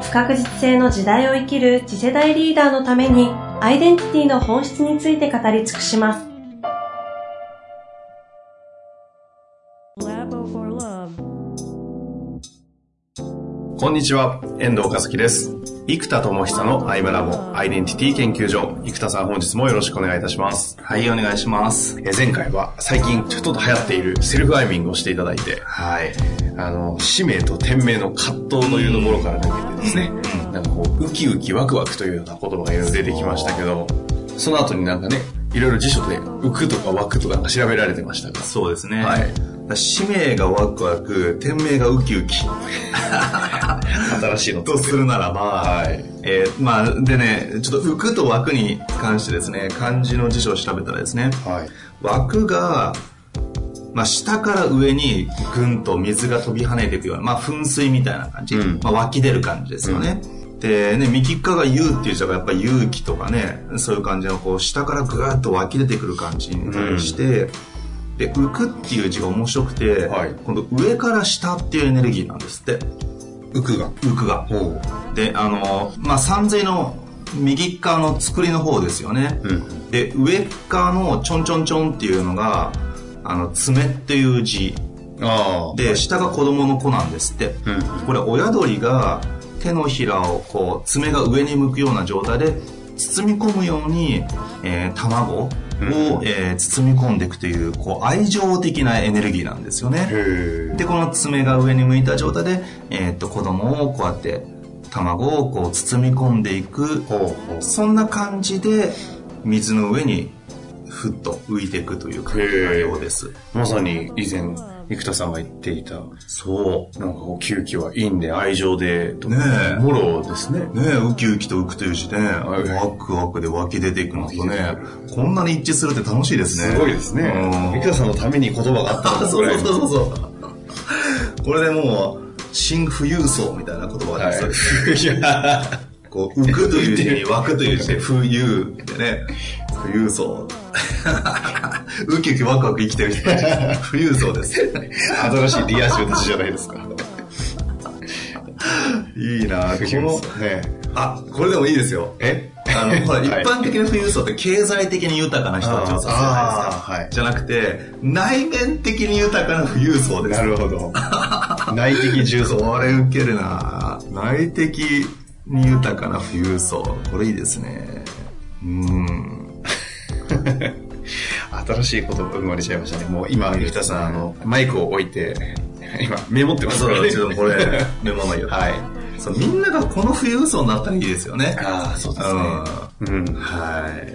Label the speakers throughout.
Speaker 1: 不確実性の時代を生きる次世代リーダーのためにアイデンティティの本質について語り尽くします
Speaker 2: Labo for Love
Speaker 3: こんにちは、遠藤和樹です。生田智久のアイムラボアイデンティティ研究所。生田さん本日もよろしくお願いいたします。
Speaker 4: はい、お願いします。
Speaker 3: えー前回は最近ちょっと流行っているセルフアイミングをしていただいて、
Speaker 4: はい。
Speaker 3: あの、使命と天命の葛藤というところから抜けてですね、なんかこう、ウキウキワクワクというような言葉がいろいろ出てきましたけど、その後になんかね、いろいろ辞書で浮くとか湧くとかなんか調べられてましたが、
Speaker 4: そうですね。
Speaker 3: はい。
Speaker 4: 使命がワクワク、天命がウ キウキ。
Speaker 3: 新しいの
Speaker 4: とするならば、
Speaker 3: はい
Speaker 4: えーまあ、でね、ちょっと浮くと枠に関してですね、漢字の辞書を調べたらですね、
Speaker 3: はい。
Speaker 4: 枠が、まあ、下から上にぐんと水が飛び跳ねていくような、まあ、噴水みたいな感じ、
Speaker 3: うん
Speaker 4: まあ、湧き出る感じですよね、でね右側が「勇」っていう字がやっぱり勇気とかねそういう感じのこう下からぐーっと湧き出てくる感じに対して、で浮くっていう字が面白くて、
Speaker 3: はい
Speaker 4: 今度上から下っていうエネルギーなんですって
Speaker 3: 浮くが。
Speaker 4: 浮くが
Speaker 3: ほう。
Speaker 4: であのまあ山水の右側の作りの方ですよね、
Speaker 3: うん。
Speaker 4: で上側のちょんちょんちょんっていうのがあの爪っていう字
Speaker 3: ああ。
Speaker 4: で下が子供の子なんですって
Speaker 3: うん。
Speaker 4: これ親鳥が手のひらをこう爪が上に向くような状態で包み込むように、えー卵を、えー包み込んでいくというこう愛情的なエネルギーなんですよね
Speaker 3: へ
Speaker 4: でこの爪が上に向いた状態で、えーっと子供をこうやって卵をこう包み込んでいく
Speaker 3: ほうほう。
Speaker 4: そんな感じで水の上にふっと浮いていくという感じのようです
Speaker 3: まさに以前、生田さんが言っていた、
Speaker 4: そう
Speaker 3: なんかこう、休憩は因で愛情で、
Speaker 4: ねえ
Speaker 3: もろですね。
Speaker 4: ねえウキウキと浮くというしね
Speaker 3: いはい
Speaker 4: ワクワクで湧き出ていくのとね
Speaker 3: 湧
Speaker 4: こんなに一致するって楽しいですね
Speaker 3: すごいですね
Speaker 4: うん。
Speaker 3: 生田さんのために言葉が あった
Speaker 4: あ
Speaker 3: んだ
Speaker 4: そう そうそう
Speaker 3: う。
Speaker 4: そうそうこれでもう新富裕層みたいな言葉が出 てきそうですね
Speaker 3: はい。いや、
Speaker 4: こう浮くという字に湧くという字で浮遊でね富裕層 ウキウキワクワク生きてる人たち富裕層です
Speaker 3: 新しいリア充たちじゃないですか。
Speaker 4: いいなあ この
Speaker 3: ね。
Speaker 4: あこれでもいいですよ
Speaker 3: え
Speaker 4: あのほら
Speaker 3: はい
Speaker 4: 一般的な富裕層って経済的に豊かな人たちを指すじゃな
Speaker 3: あー
Speaker 4: い
Speaker 3: あーはい
Speaker 4: ですかじゃなくて内面的に豊かな富裕層です
Speaker 3: なるほ ど。内的重層。
Speaker 4: これウケるな内的に豊かな富裕層これいいですねうん
Speaker 3: 新しい言葉生まれちゃいましたね。もう今、生田さん、あの、マイクを置いて、今、メモってます
Speaker 4: そう
Speaker 3: から
Speaker 4: だ
Speaker 3: ね
Speaker 4: ちょっとこれメモのよ
Speaker 3: はい。
Speaker 4: そうみんながこの富裕層になったらいいですよね
Speaker 3: ああ、そうで
Speaker 4: う
Speaker 3: すね。うん。
Speaker 4: んはい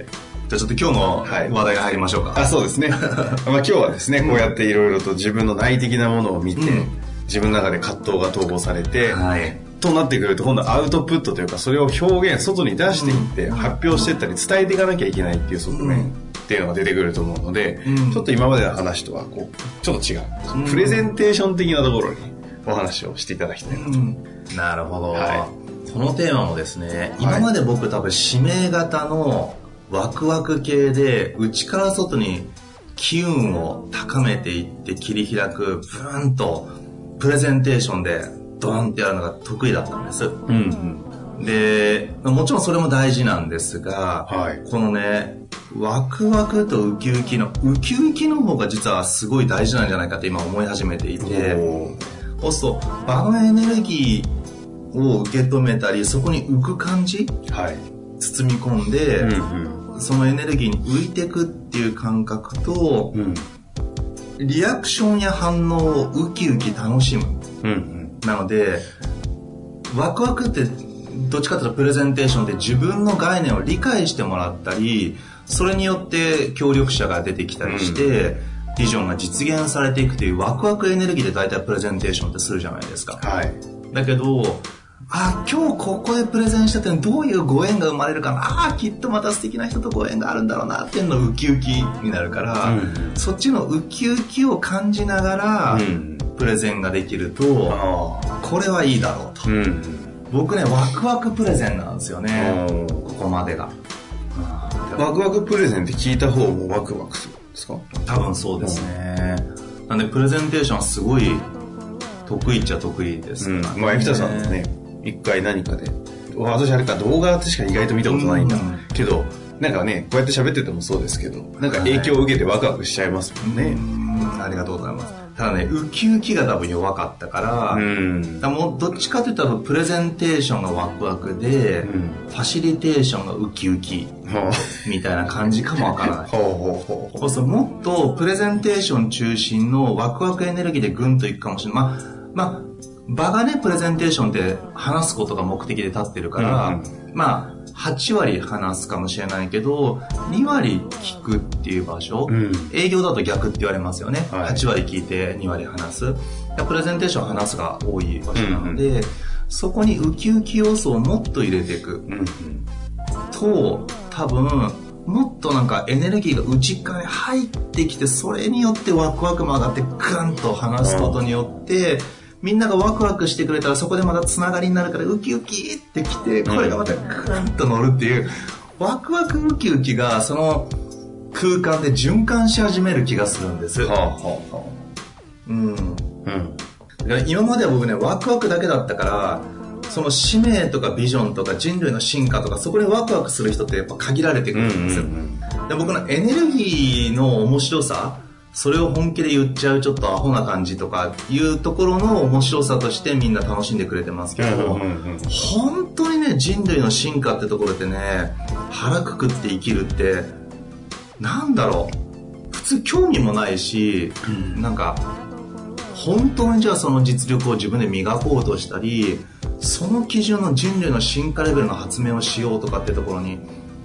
Speaker 4: じゃあちょっと今
Speaker 3: はい
Speaker 4: 日の話題が入りましょうか、
Speaker 3: あそう ですね。まあ今日はですね、こうやっていろいろと自分の内的なものを見て、
Speaker 4: うん
Speaker 3: 自分の中で葛藤が統合されて、
Speaker 4: はい
Speaker 3: となってくると今度アウトプットというかそれを表現外に出していって発表していったり伝えていかなきゃいけないっていう側面っていうのが出てくると思うので、
Speaker 4: うん
Speaker 3: ちょっと今までの話とはこうちょっと違う、
Speaker 4: うん
Speaker 3: プレゼンテーション的なところにお話をしていただきたいなと、
Speaker 4: なるほど、
Speaker 3: は
Speaker 4: このテーマもですね、今まで僕多分指名型のワクワク系で内から外に機運を高めていって切り開くブーンとプレゼンテーションでドーンってやるのが得意だったんです
Speaker 3: うんうん
Speaker 4: でもちろんそれも大事なんですが、
Speaker 3: はい
Speaker 4: このねワクワクとウキウキのウキウキの方が実はすごい大事なんじゃないかって今思い始めていて
Speaker 3: おー
Speaker 4: そうすると場のエネルギーを受け止めたりそこに浮く感じ
Speaker 3: はい、
Speaker 4: 包み込んで、
Speaker 3: うん
Speaker 4: そのエネルギーに浮いてくっていう感覚と
Speaker 3: うんうん
Speaker 4: リアクションや反応をウキウキ楽しむ
Speaker 3: うんうん
Speaker 4: なのでワクワクってどっちかというとプレゼンテーションで自分の概念を理解してもらったりそれによって協力者が出てきたりして、ビジョンが実現されていくというワクワクエネルギーで大体プレゼンテーションってするじゃないですか。
Speaker 3: はい
Speaker 4: だけどあ今日ここでプレゼンしたってどういうご縁が生まれるかなあきっとまた素敵な人とご縁があるんだろうなっていうのウキウキになるから、
Speaker 3: うん
Speaker 4: そっちのウキウキを感じながら、
Speaker 3: うん
Speaker 4: プレゼンができると
Speaker 3: ああ
Speaker 4: これはいいだろうと
Speaker 3: うん
Speaker 4: 僕ねワクワクプレゼンなんですよねここまでが
Speaker 3: ワクワクプレゼンって聞いた方もワクワクするんですか
Speaker 4: 多分そうですねなんでプレゼンテーションはすごい得意っちゃ得意ですから
Speaker 3: まあエピタさんもね一回何かで私あれか動画しか意外と見たことないんだ
Speaker 4: うん
Speaker 3: けどなんかねこうやって喋っててもそうですけどなんか影響を受けてワクワクしちゃいますもん
Speaker 4: ね
Speaker 3: ね
Speaker 4: うんありがとうございますただねウキウキが多分弱かったから、
Speaker 3: ん
Speaker 4: だからもうどっちかというと多分プレゼンテーションがワクワクで、
Speaker 3: うん
Speaker 4: ファシリテーションがウキウキ
Speaker 3: は
Speaker 4: みたいな感じかもわからな
Speaker 3: あ
Speaker 4: い
Speaker 3: ほうほうほう
Speaker 4: こそもっとプレゼンテーション中心のワクワクエネルギーでグンといくかもしれない。まあ、まあ、場がね、プレゼンテーションって話すことが目的で立ってるから、
Speaker 3: うん
Speaker 4: まあ、8割話すかもしれないけど、2割聞くっていう場所、
Speaker 3: うん
Speaker 4: 営業だと逆って言われますよね。
Speaker 3: はい
Speaker 4: 8割聞いて2割話す。プレゼンテーション話すが多い場所なので、そこにウキウキ要素をもっと入れてい
Speaker 3: う
Speaker 4: く。
Speaker 3: ん
Speaker 4: と多分もっとなんかエネルギーが内側に入ってきてそれによってワクワクも上がってグンと話すことによってみんながワクワクしてくれたらそこでまたつながりになるからウキウキってきてこれがまたグンと乗るっていうワクワクウキウキがその空間で循環し始める気がするんです。
Speaker 3: はあはあは
Speaker 4: うん
Speaker 3: あうん
Speaker 4: だから今までは僕ねワクワクだけだったからその使命とかビジョンとか人類の進化とかそこにワクワクする人ってやっぱ限られてく
Speaker 3: うん
Speaker 4: る
Speaker 3: うん
Speaker 4: ですよ、
Speaker 3: ん
Speaker 4: で僕のエネルギーの面白さそれを本気で言っちゃうちょっとアホな感じとかいうところの面白さとしてみんな楽しんでくれてますけ
Speaker 3: うん
Speaker 4: ど、
Speaker 3: うんうん
Speaker 4: 本当にね人類の進化ってところってね腹くくって生きるってなんだろう普通興味もないし、なんか本当にじゃあその実力を自分で磨こうとしたりその基準の人類の進化レベルの発明をしようとかってところに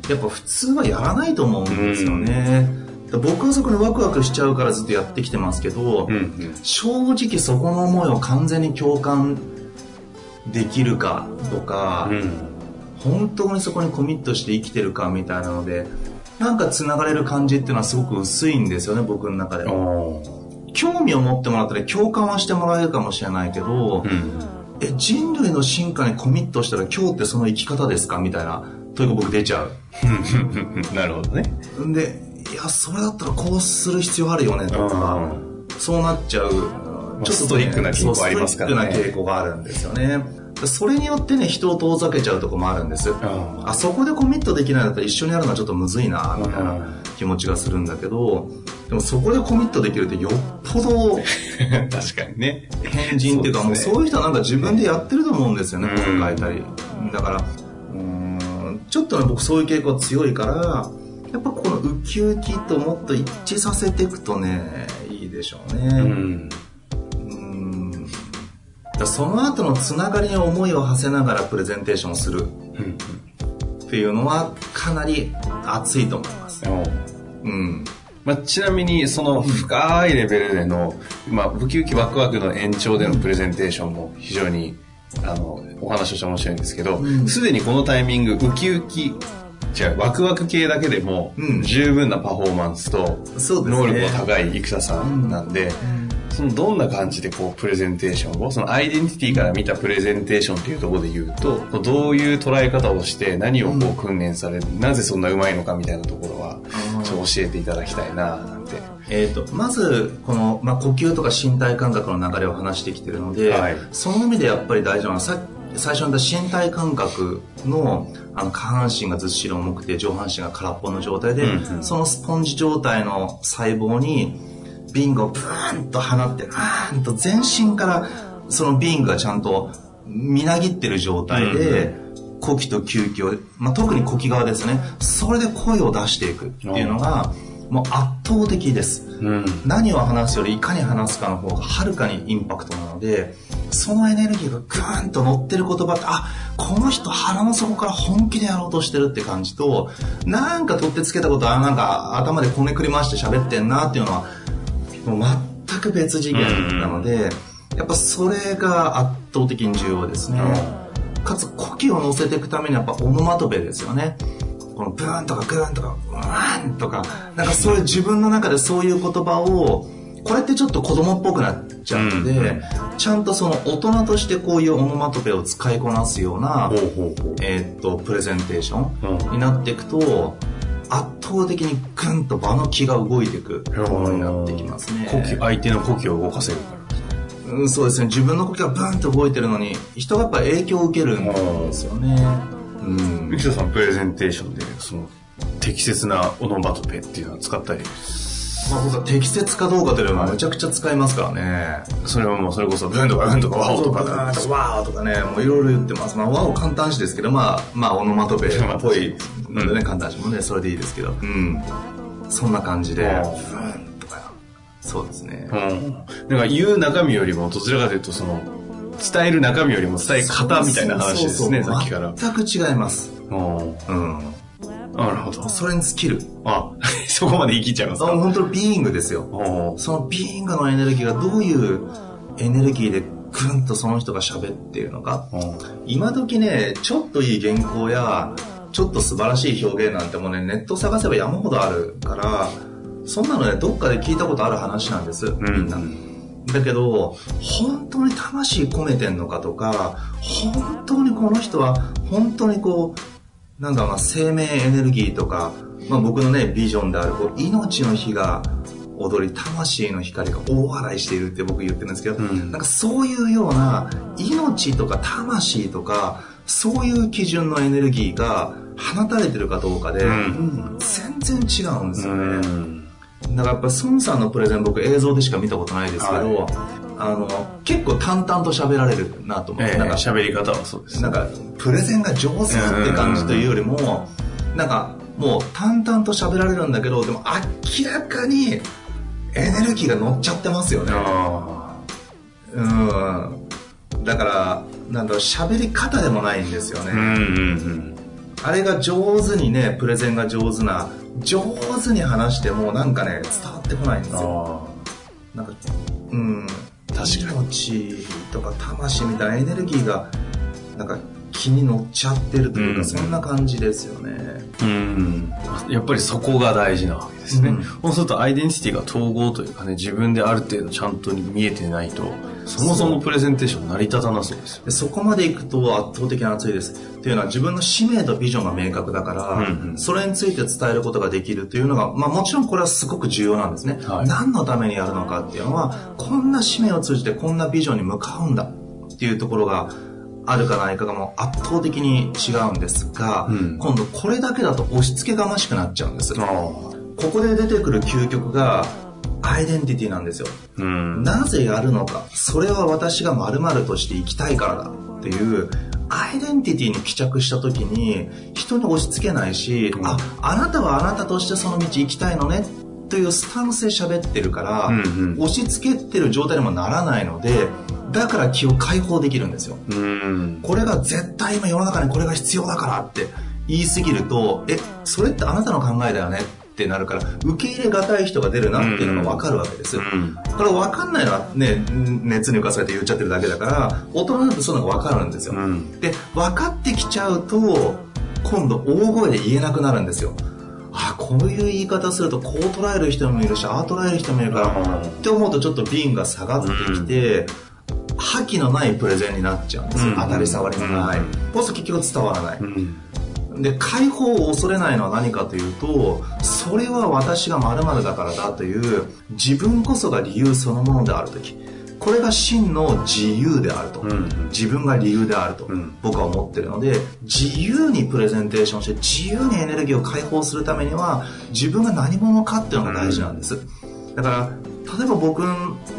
Speaker 4: やっぱ普通はやらないと思うんですよね、僕はそこにワクワクしちゃうからずっとやってきてますけど、
Speaker 3: うんうん
Speaker 4: 正直そこの思いを完全に共感できるかとか、
Speaker 3: うん
Speaker 4: 本当にそこにコミットして生きてるかみたいなのでなんかつながれる感じっていうのはすごく薄いんですよね僕の中で
Speaker 3: ああ
Speaker 4: 興味を持ってもらったら共感はしてもらえるかもしれないけど、
Speaker 3: うん
Speaker 4: え人類の進化にコミットしたら今日ってその生き方ですかみたいなというか僕出ちゃう
Speaker 3: なるほどね
Speaker 4: んでいやそれだったらこうする必要あるよねとかそうなっちゃう
Speaker 3: あストイックな傾向
Speaker 4: そう
Speaker 3: ありますからね
Speaker 4: ストイックな傾向があるんですよねそれによってね人を遠ざけちゃうとこもあるんです
Speaker 3: あ
Speaker 4: あそこでコミットできないんだったら一緒にやるのはちょっとむずいなみたい
Speaker 3: うん
Speaker 4: な気持ちがするんだけどでもそこでコミットできるってよっぽど
Speaker 3: あ確かにね
Speaker 4: 変人っていうか
Speaker 3: そ
Speaker 4: も
Speaker 3: う
Speaker 4: う
Speaker 3: ですね
Speaker 4: そういう人はなんか自分でやってると思うんですよね
Speaker 3: うん
Speaker 4: 本書いたりだからうーんちょっとね僕そういう傾向強いからやっぱこのウキウキともっと一致させていくとねいいでしょう
Speaker 3: う
Speaker 4: ね
Speaker 3: ん
Speaker 4: うんだからその後のつながりに思いを馳せながらプレゼンテーションをする
Speaker 3: うん
Speaker 4: っていうのはかなり熱いと思いますうん
Speaker 3: まあ、ちなみにその深いレベルでの、まあ、ウキウキワクワクの延長でのプレゼンテーションも非常にあのお話として面白いんですけど
Speaker 4: ん
Speaker 3: すで、にこのタイミングウキウキじゃワクワク系だけでも
Speaker 4: うん
Speaker 3: 十分なパフォーマンスと
Speaker 4: そうですね
Speaker 3: 能力の高い生田さんなんで、そのどんな感じでこうプレゼンテーションをそのアイデンティティから見たプレゼンテーションっていうところで言うとこうどういう捉え方をして何をこう訓練される、なぜそんなうまいのかみたいなところは
Speaker 4: うん
Speaker 3: ちょっと教えていただきたいななんて。
Speaker 4: えー、とまずこの、まあ、呼吸とか身体感覚の流れを話してきてるので、
Speaker 3: はい
Speaker 4: その意味でやっぱり大事なのはさ最初に言った身体感覚のあの下半身がずっしり重くて上半身が空っぽの状態で、
Speaker 3: うん
Speaker 4: そのスポンジ状態の細胞に瓶がブーンと放ってあーンと全身からその瓶がちゃんとみなぎってる状態で、呼気と吸気を、まあ、特に呼気側ですねそれで声を出していくっていうのがもう圧倒的です。
Speaker 3: うん
Speaker 4: 何を話すよりいかに話すかの方がはるかにインパクトなのでそのエネルギーがグーンと乗ってる言葉ってあこの人腹の底から本気でやろうとしてるって感じとなんか取ってつけたことはなんか頭でこねくり回して喋ってんなっていうのはもう全く別次元なので、やっぱそれが圧倒的に重要ですね。かつ呼吸を乗せていくためにやっぱオノマトペですよねこのブーンとかグーンとかうーンとかなんかそういう自分の中でそういう言葉をこれってちょっと子供っぽくなっちゃうので、ちゃんとその大人としてこういうオノマトペを使いこなすような
Speaker 3: ほう、ほうほう
Speaker 4: えーっとプレゼンテーショ
Speaker 3: うん
Speaker 4: ンになっていくと圧倒的にグンと場の気が動いていくものになってきますね
Speaker 3: 呼吸相手の呼吸を動かせるから
Speaker 4: うん、そうですね自分の呼吸がブーンと動いてるのに人がやっぱ影響を受けるんですよねうん
Speaker 3: 三木田さんプレゼンテーションでその適切なオノマトペっていうのは使ったり
Speaker 4: まあ僕は適切かどうかというのはめちゃくちゃ使いますからね
Speaker 3: それはもうそれこそブンとかブンとかワオと
Speaker 4: ブ
Speaker 3: か
Speaker 4: ーンとかワーとかねもういろいろ言ってますまあワーを簡単詞ですけどまあまあオノマトペっぽいのでね簡単詞もねそれでいいですけどうんそんな感じで
Speaker 3: う
Speaker 4: ブ
Speaker 3: ん
Speaker 4: ーンとかそうですね
Speaker 3: うんなんか言う中身よりもどちらかというとその伝える中身よりも伝え方みたいな話ですね
Speaker 4: そう
Speaker 3: さ
Speaker 4: そうそう
Speaker 3: っきから
Speaker 4: 全く違います
Speaker 3: うん
Speaker 4: うん
Speaker 3: なるほど
Speaker 4: それに尽きる
Speaker 3: あ そこまで生きちゃいます
Speaker 4: あ
Speaker 3: か
Speaker 4: 本当にビーイングですよ
Speaker 3: うん
Speaker 4: そのビーイングのエネルギーがどういうエネルギーでぐんとその人が喋っているのか今時ねちょっといい原稿やちょっと素晴らしい表現なんてもうねネット探せば山ほどあるからそんなのねどっかで聞いたことある話なんですみんな、だけど本当に魂込めてんのかとか本当にこの人は本当にこうなんだろうな生命エネルギーとか、まあ、僕のねビジョンであるこう命の火が踊り魂の光が大笑いしているって僕言ってるんですけど、
Speaker 3: うん
Speaker 4: なんかそういうような命とか魂とかそういう基準のエネルギーが放たれてるかどうかで、
Speaker 3: うん
Speaker 4: 全然違うんですよね。
Speaker 3: うん
Speaker 4: だからやっぱ孫さんのプレゼン僕映像でしか見たことないですけど、
Speaker 3: は
Speaker 4: あの結構淡々と喋られるなと思っ
Speaker 3: え
Speaker 4: て、
Speaker 3: え
Speaker 4: なんか
Speaker 3: 喋り方はそうです
Speaker 4: なんかプレゼンが上手って感じというよりも、なんかもう淡々と喋られるんだけどでも明らかにエネルギーが乗っちゃってますよね
Speaker 3: あ
Speaker 4: うんだからなんだろう喋り方でもないんですよね、
Speaker 3: あうんうん
Speaker 4: あれが上手にねプレゼンが上手な上手に話してもなんかね伝わってこないんで
Speaker 3: う
Speaker 4: す
Speaker 3: ん
Speaker 4: よ
Speaker 3: あ
Speaker 4: なんか、うん、確かに命とか魂みたいなエネルギーが、なんか気に乗っちゃってるというか、
Speaker 3: うん
Speaker 4: そんな感じですよね。
Speaker 3: あうんやっぱりそこが大事なわけですね、
Speaker 4: うん
Speaker 3: そうするとアイデンティティが統合というかね自分である程度ちゃんと見えてないとそもそもプレゼンテーション成り立たなそうですよ
Speaker 4: でそこまで行くと圧倒的に熱いです。っていうのは自分の使命とビジョンが明確だから、
Speaker 3: うんうん
Speaker 4: それについて伝えることができるというのが、まあもちろんこれはすごく重要なんですね。
Speaker 3: はい
Speaker 4: 何のためにやるのかっていうのは、こんな使命を通じてこんなビジョンに向かうんだっていうところが、あるかないかがもう圧倒的に違うんですが、
Speaker 3: うん
Speaker 4: 今度これだけだと押し付けがましくなっちゃうんです。こ
Speaker 3: ああ
Speaker 4: こで出てくる究極がアイデンティティなんですよ。
Speaker 3: うん
Speaker 4: なぜやるのかそれは私が〇〇として生きたいからだっていうアイデンティティに帰着した時に人に押し付けないし、
Speaker 3: うん
Speaker 4: ああなたはあなたとしてその道行きたいのねというスタンスで喋ってるから、
Speaker 3: うんうん
Speaker 4: 押し付けてる状態にもならないのでだから気を解放できるんですよ
Speaker 3: うん
Speaker 4: これが絶対今世の中にこれが必要だからって言いすぎるとえそれってあなたの考えだよねってなるから受け入れがたい人が出るなっていうのが分かるわけです、
Speaker 3: うん
Speaker 4: これ分かんないのはね熱に浮かされて言っちゃってるだけだから大人だとそういうのが分かるんですよ、
Speaker 3: うん
Speaker 4: で分かってきちゃうと今度大声で言えなくなるんですよあこういう言い方するとこう捉える人もいるしああ捉える人もいるからって思うとちょっと瓶が下がってきて、覇気のないプレゼンになっちゃうんですよ、
Speaker 3: うん
Speaker 4: 当たり障りのない、
Speaker 3: うん
Speaker 4: こそ結局伝わらない、
Speaker 3: うん
Speaker 4: で解放を恐れないのは何かというとそれは私が〇〇だからだという自分こそが理由そのものである時これが真の自由であると、
Speaker 3: うん
Speaker 4: 自分が理由であると
Speaker 3: うん
Speaker 4: 僕は思ってるので自由にプレゼンテーションして自由にエネルギーを解放するためには自分が何者かっていうのが大事なんですだから例えば僕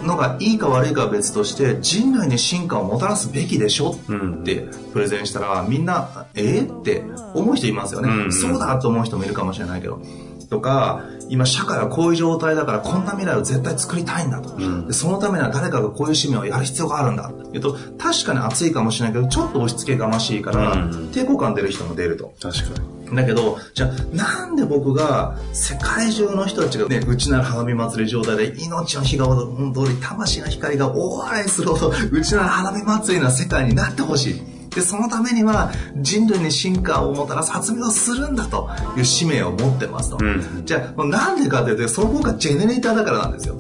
Speaker 4: のがいいか悪いかは別として人類に進化をもたらすべきでしょ
Speaker 3: うん
Speaker 4: ってプレゼンしたらみんなえー、って思う人いますよね、
Speaker 3: うんうん
Speaker 4: そうだと思う人もいるかもしれないけどとか今社会はこういう状態だからこんな未来を絶対作りたいんだと、
Speaker 3: ん
Speaker 4: でそのためには誰かがこういう使命をやる必要があるんだって言うと確かに熱いかもしれないけどちょっと押し付けがましいから、
Speaker 3: うん
Speaker 4: 抵抗感出る人も出ると
Speaker 3: 確かに
Speaker 4: だけどじゃあなんで僕が世界中の人たちがねうちなる花火祭り状態で命の火が踊り魂の光が大笑いするほどうちなる花火祭りな世界になってほしいでそのためには人類に進化をもたらす発明をするんだという使命を持ってます
Speaker 3: う
Speaker 4: と、
Speaker 3: ん
Speaker 4: じゃあなんでかというとそこがジェネレーターだからなんですよ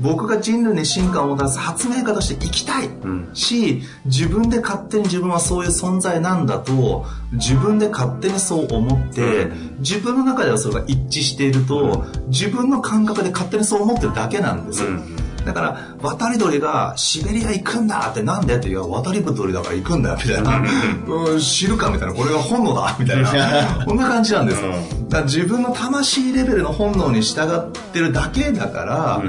Speaker 4: 僕が人類に進化をもたらす発明家として生きたい、
Speaker 3: ん
Speaker 4: し自分で勝手に自分はそういう存在なんだと自分で勝手にそう思って、
Speaker 3: うん
Speaker 4: 自分の中ではそれが一致していると、自分の感覚で勝手にそう思ってるだけなんですよ、
Speaker 3: うん
Speaker 4: だから渡り鳥がシベリア行くんだってなんでっていや渡り鳥だから行くんだよみたいな、うん、知るかみたいなこれが本能だみたいなこんな感じなんですよ、
Speaker 3: うん
Speaker 4: だから自分の魂レベルの本能に従ってるだけだから、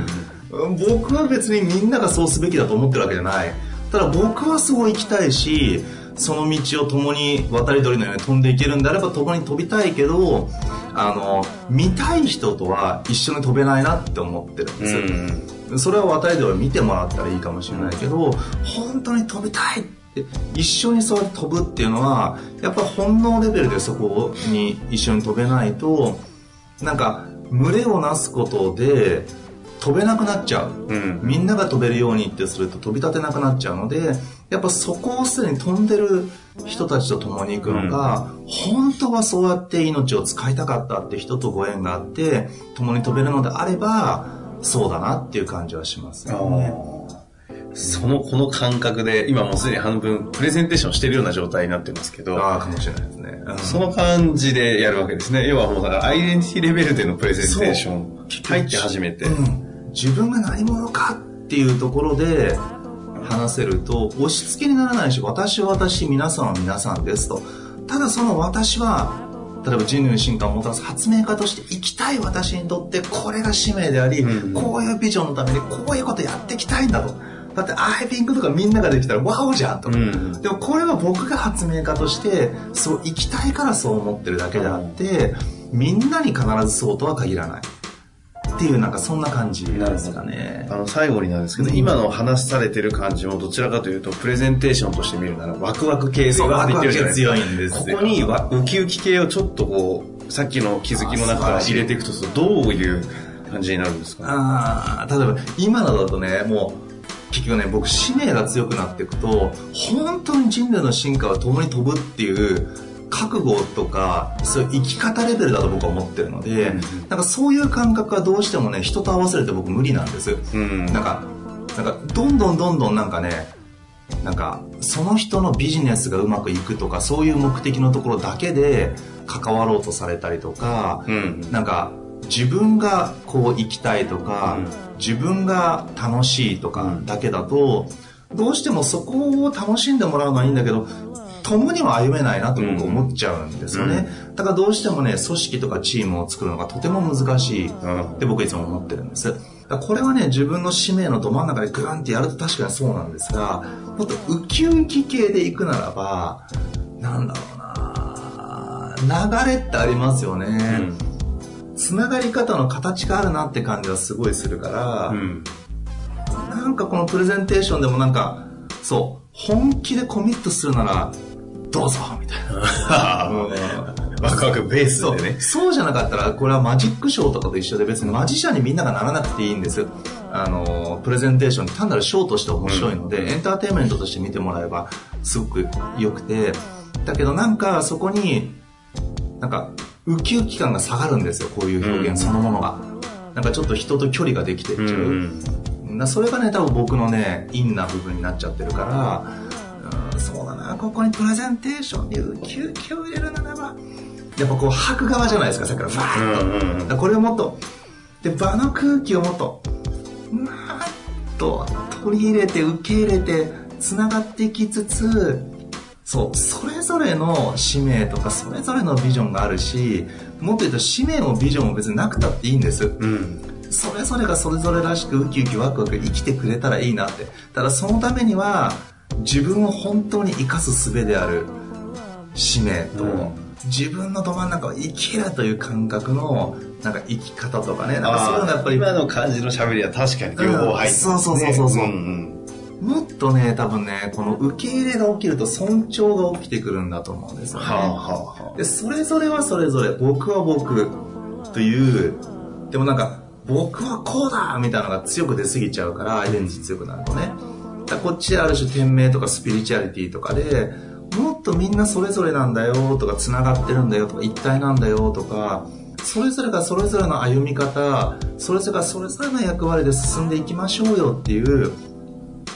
Speaker 4: 僕は別にみんながそうすべきだと思ってるわけじゃないただ僕はそう行きたいしその道を共に渡り鳥のように飛んでいけるんであれば共に飛びたいけどあの見たい人とは一緒に飛べないなって思ってるんですよ、それは渡り鳥を見てもらったらいいかもしれないけど、本当に飛びたいって一緒にそう飛ぶっていうのはやっぱ本能レベルでそこに一緒に飛べないとなんか群れをなすことで飛べなくなっちゃう、
Speaker 3: うん
Speaker 4: みんなが飛べるようにってすると飛び立てなくなっちゃうのでやっぱそこをすでに飛んでる人たちと共に行くのが、本当はそうやって命を使いたかったって人とご縁があって共に飛べるのであればそうだなっていう感じはしますよね。
Speaker 3: そのこの感覚で今もうすでに半分プレゼンテーションしてるような状態になってますけど
Speaker 4: ああかもしれないですね。うん
Speaker 3: その感じでやるわけですね要はもうだからアイデンティティレベルでのプレゼンテーション入って初めて、
Speaker 4: うん、自分が何者かっていうところで話せると押し付けにならないし私は私皆さんは皆さんですとただその私は例えば人類の進化をもたらす発明家として生きたい私にとってこれが使命であり、
Speaker 3: うん
Speaker 4: こういうビジョンのためにこういうことやっていきたいんだとだってアイピングとかみんなができたらワオじゃんと、
Speaker 3: うん
Speaker 4: でもこれは僕が発明家としてそう生きたいからそう思ってるだけであって、みんなに必ずそうとは限らないっていうなんかそんな感じですかね
Speaker 3: あの最後になんですけど、
Speaker 4: うん
Speaker 3: 今の話されてる感じもどちらかというとプレゼンテーションとして見るならワクワク系
Speaker 4: そう
Speaker 3: がって言ってるじゃないですか
Speaker 4: ワクワク系強いんですよ
Speaker 3: ここにわウキウキ系をちょっとこうさっきの気づきの中から入れていくとするとどういう感じになるんですか
Speaker 4: ああ例えば今のだとねもう結局ね僕使命が強くなっていくと本当に人類の進化は共に飛ぶっていう覚悟とかそういう生き方レベルだと僕は思ってるので、
Speaker 3: うん
Speaker 4: なんかそういう感覚はどうしてもね人と合わせると僕無理なんです、
Speaker 3: うん
Speaker 4: なんか、なんか、どんどんどんどんなんかね、なんか、その人のビジネスがうまくいくとか、そういう目的のところだけで関わろうとされたりとか、
Speaker 3: うん
Speaker 4: なんか、自分がこう行きたいとか、自分が楽しいとかだけだと、どうしてもそこを楽しんでもらうのはいいんだけど、共には歩めないなと僕思っちゃうんですよね。だからどうしてもね、組織とかチームを作るのがとても難しい。
Speaker 3: うん
Speaker 4: って僕いつも思ってるんです。だからこれはね、自分の使命のど真ん中でグーンってやると確かにそうなんですが、もっとウキウキ系で行くならば、なんだろうな流れってありますよね。つながり方の形があるなって感じはすごいするから、
Speaker 3: うん
Speaker 4: なんかこのプレゼンテーションでもなんか、そう、本気でコミットするなら、どうぞみたいな。
Speaker 3: ワクワクベース
Speaker 4: そう
Speaker 3: でね
Speaker 4: そうじゃなかったらこれはマジックショーとかと一緒で別にマジシャンにみんながならなくていいんですあのプレゼンテーションって単なるショーとして面白いので、エンターテインメントとして見てもらえばすごく良くてだけどなんかそこになんかウキウキ感が下がるんですよこういう表現そのものが、なんかちょっと人と距離ができてっちゃう、
Speaker 3: うん
Speaker 4: なそれがね多分僕のねインな部分になっちゃってるから、うん、そうだなここにプレゼンテーションでウキウキを入れるならばやっぱこう吐く側じゃないですかさっきからバ
Speaker 3: う
Speaker 4: ーッと、
Speaker 3: んうん
Speaker 4: だからこれをもっとで場の空気をもっとなーっと取り入れて受け入れてつながっていきつつそうそれぞれの使命とかそれぞれのビジョンがあるしもっと言うと使命もビジョンも別になくたっていいんです、
Speaker 3: うん
Speaker 4: それぞれがそれぞれらしくウキウキワクワク生きてくれたらいいなってただそのためには自分を本当に生かす術である使命と、
Speaker 3: うん
Speaker 4: 自分のど真ん中を生きるという感覚のなんか生き方とかねなんかそういうのがやっぱり
Speaker 3: 今の感じの喋りは確かに両方入ってますね
Speaker 4: そうそうそうそうそうんもっとね多分ねこの受け入れが起きると尊重が起きてくるんだと思うんですよね、
Speaker 3: はあはあはあ
Speaker 4: でそれぞれはそれぞれ僕は僕というでもなんか僕はこうだみたいなのが強く出過ぎちゃうからアイデンティティ強くなるとねだからこっちである種天命とかスピリチュアリティとかでとみんなそれぞれなんだよとかつながってるんだよとか一体なんだよとかそれぞれがそれぞれの歩み方それぞれがそれぞれの役割で進んでいきましょうよっていう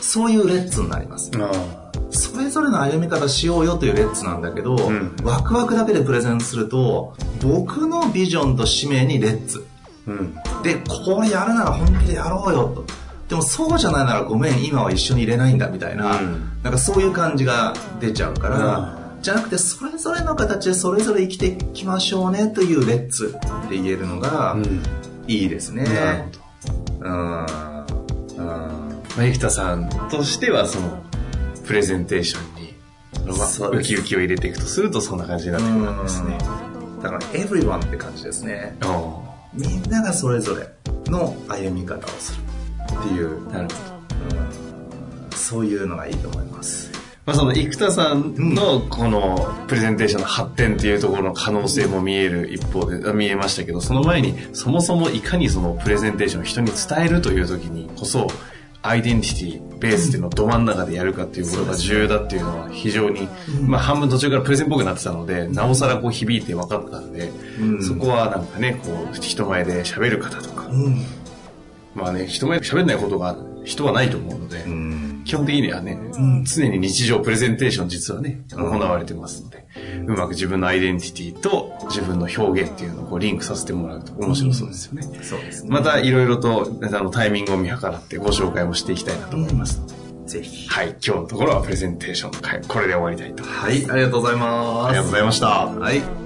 Speaker 4: そういうレッツになります
Speaker 3: あ
Speaker 4: それぞれの歩み方しようよというレッツなんだけど、
Speaker 3: ん
Speaker 4: ワクワクだけでプレゼンすると僕のビジョンと使命にレッツ
Speaker 3: うん
Speaker 4: でこれやるなら本気でやろうよとでもそうじゃないならごめん今は一緒に入れないんだみたいな、
Speaker 3: うん
Speaker 4: なんかそういう感じが出ちゃうから、じゃなくてそれぞれの形でそれぞれ生きていきましょうねというレッツって言えるのが
Speaker 3: うん
Speaker 4: いいですね、
Speaker 3: なるほど
Speaker 4: うんうん
Speaker 3: まあ、生田さんとしてはそのプレゼンテーションに
Speaker 4: そう
Speaker 3: ウ
Speaker 4: です
Speaker 3: キウキを入れていくとするとそんな感じになってくるんですね
Speaker 4: うんだから everyone って感じですね
Speaker 3: あ
Speaker 4: みんながそれぞれの歩み方をするっていう、
Speaker 3: あなるほど
Speaker 4: うんそういうのがいいと思います
Speaker 3: まあ、その生田さんのこのプレゼンテーションの発展っていうところの可能性も見える一方であ見えましたけどその前にそもそもいかにそのプレゼンテーションを人に伝えるという時にこそアイデンティティベースっていうのをど真ん中でやるかっていうことが重要だっていうのは非常に、まあ、半分途中からプレゼンっぽくなってたのでなおさらこう響いて分かったんで、
Speaker 4: うん
Speaker 3: そこはなんかねこう人前で喋る方とか、
Speaker 4: うん
Speaker 3: まあね人前で喋んないことが人はないと思うので。
Speaker 4: うん
Speaker 3: 基本的にはね、常に日常プレゼンテーション実はね、行われてますので、うまく自分のアイデンティティと自分の表現っていうのをこうリンクさせてもらうと面白そうですよね。
Speaker 4: そうですね
Speaker 3: またいろいろとあのタイミングを見計らってご紹介もしていきたいなと思いますので、
Speaker 4: ぜひ
Speaker 3: はい、今日のところはプレゼンテーションの回、これで終わりたいと思います。
Speaker 4: はいありがとうございます
Speaker 3: ありがとうございました。
Speaker 4: はい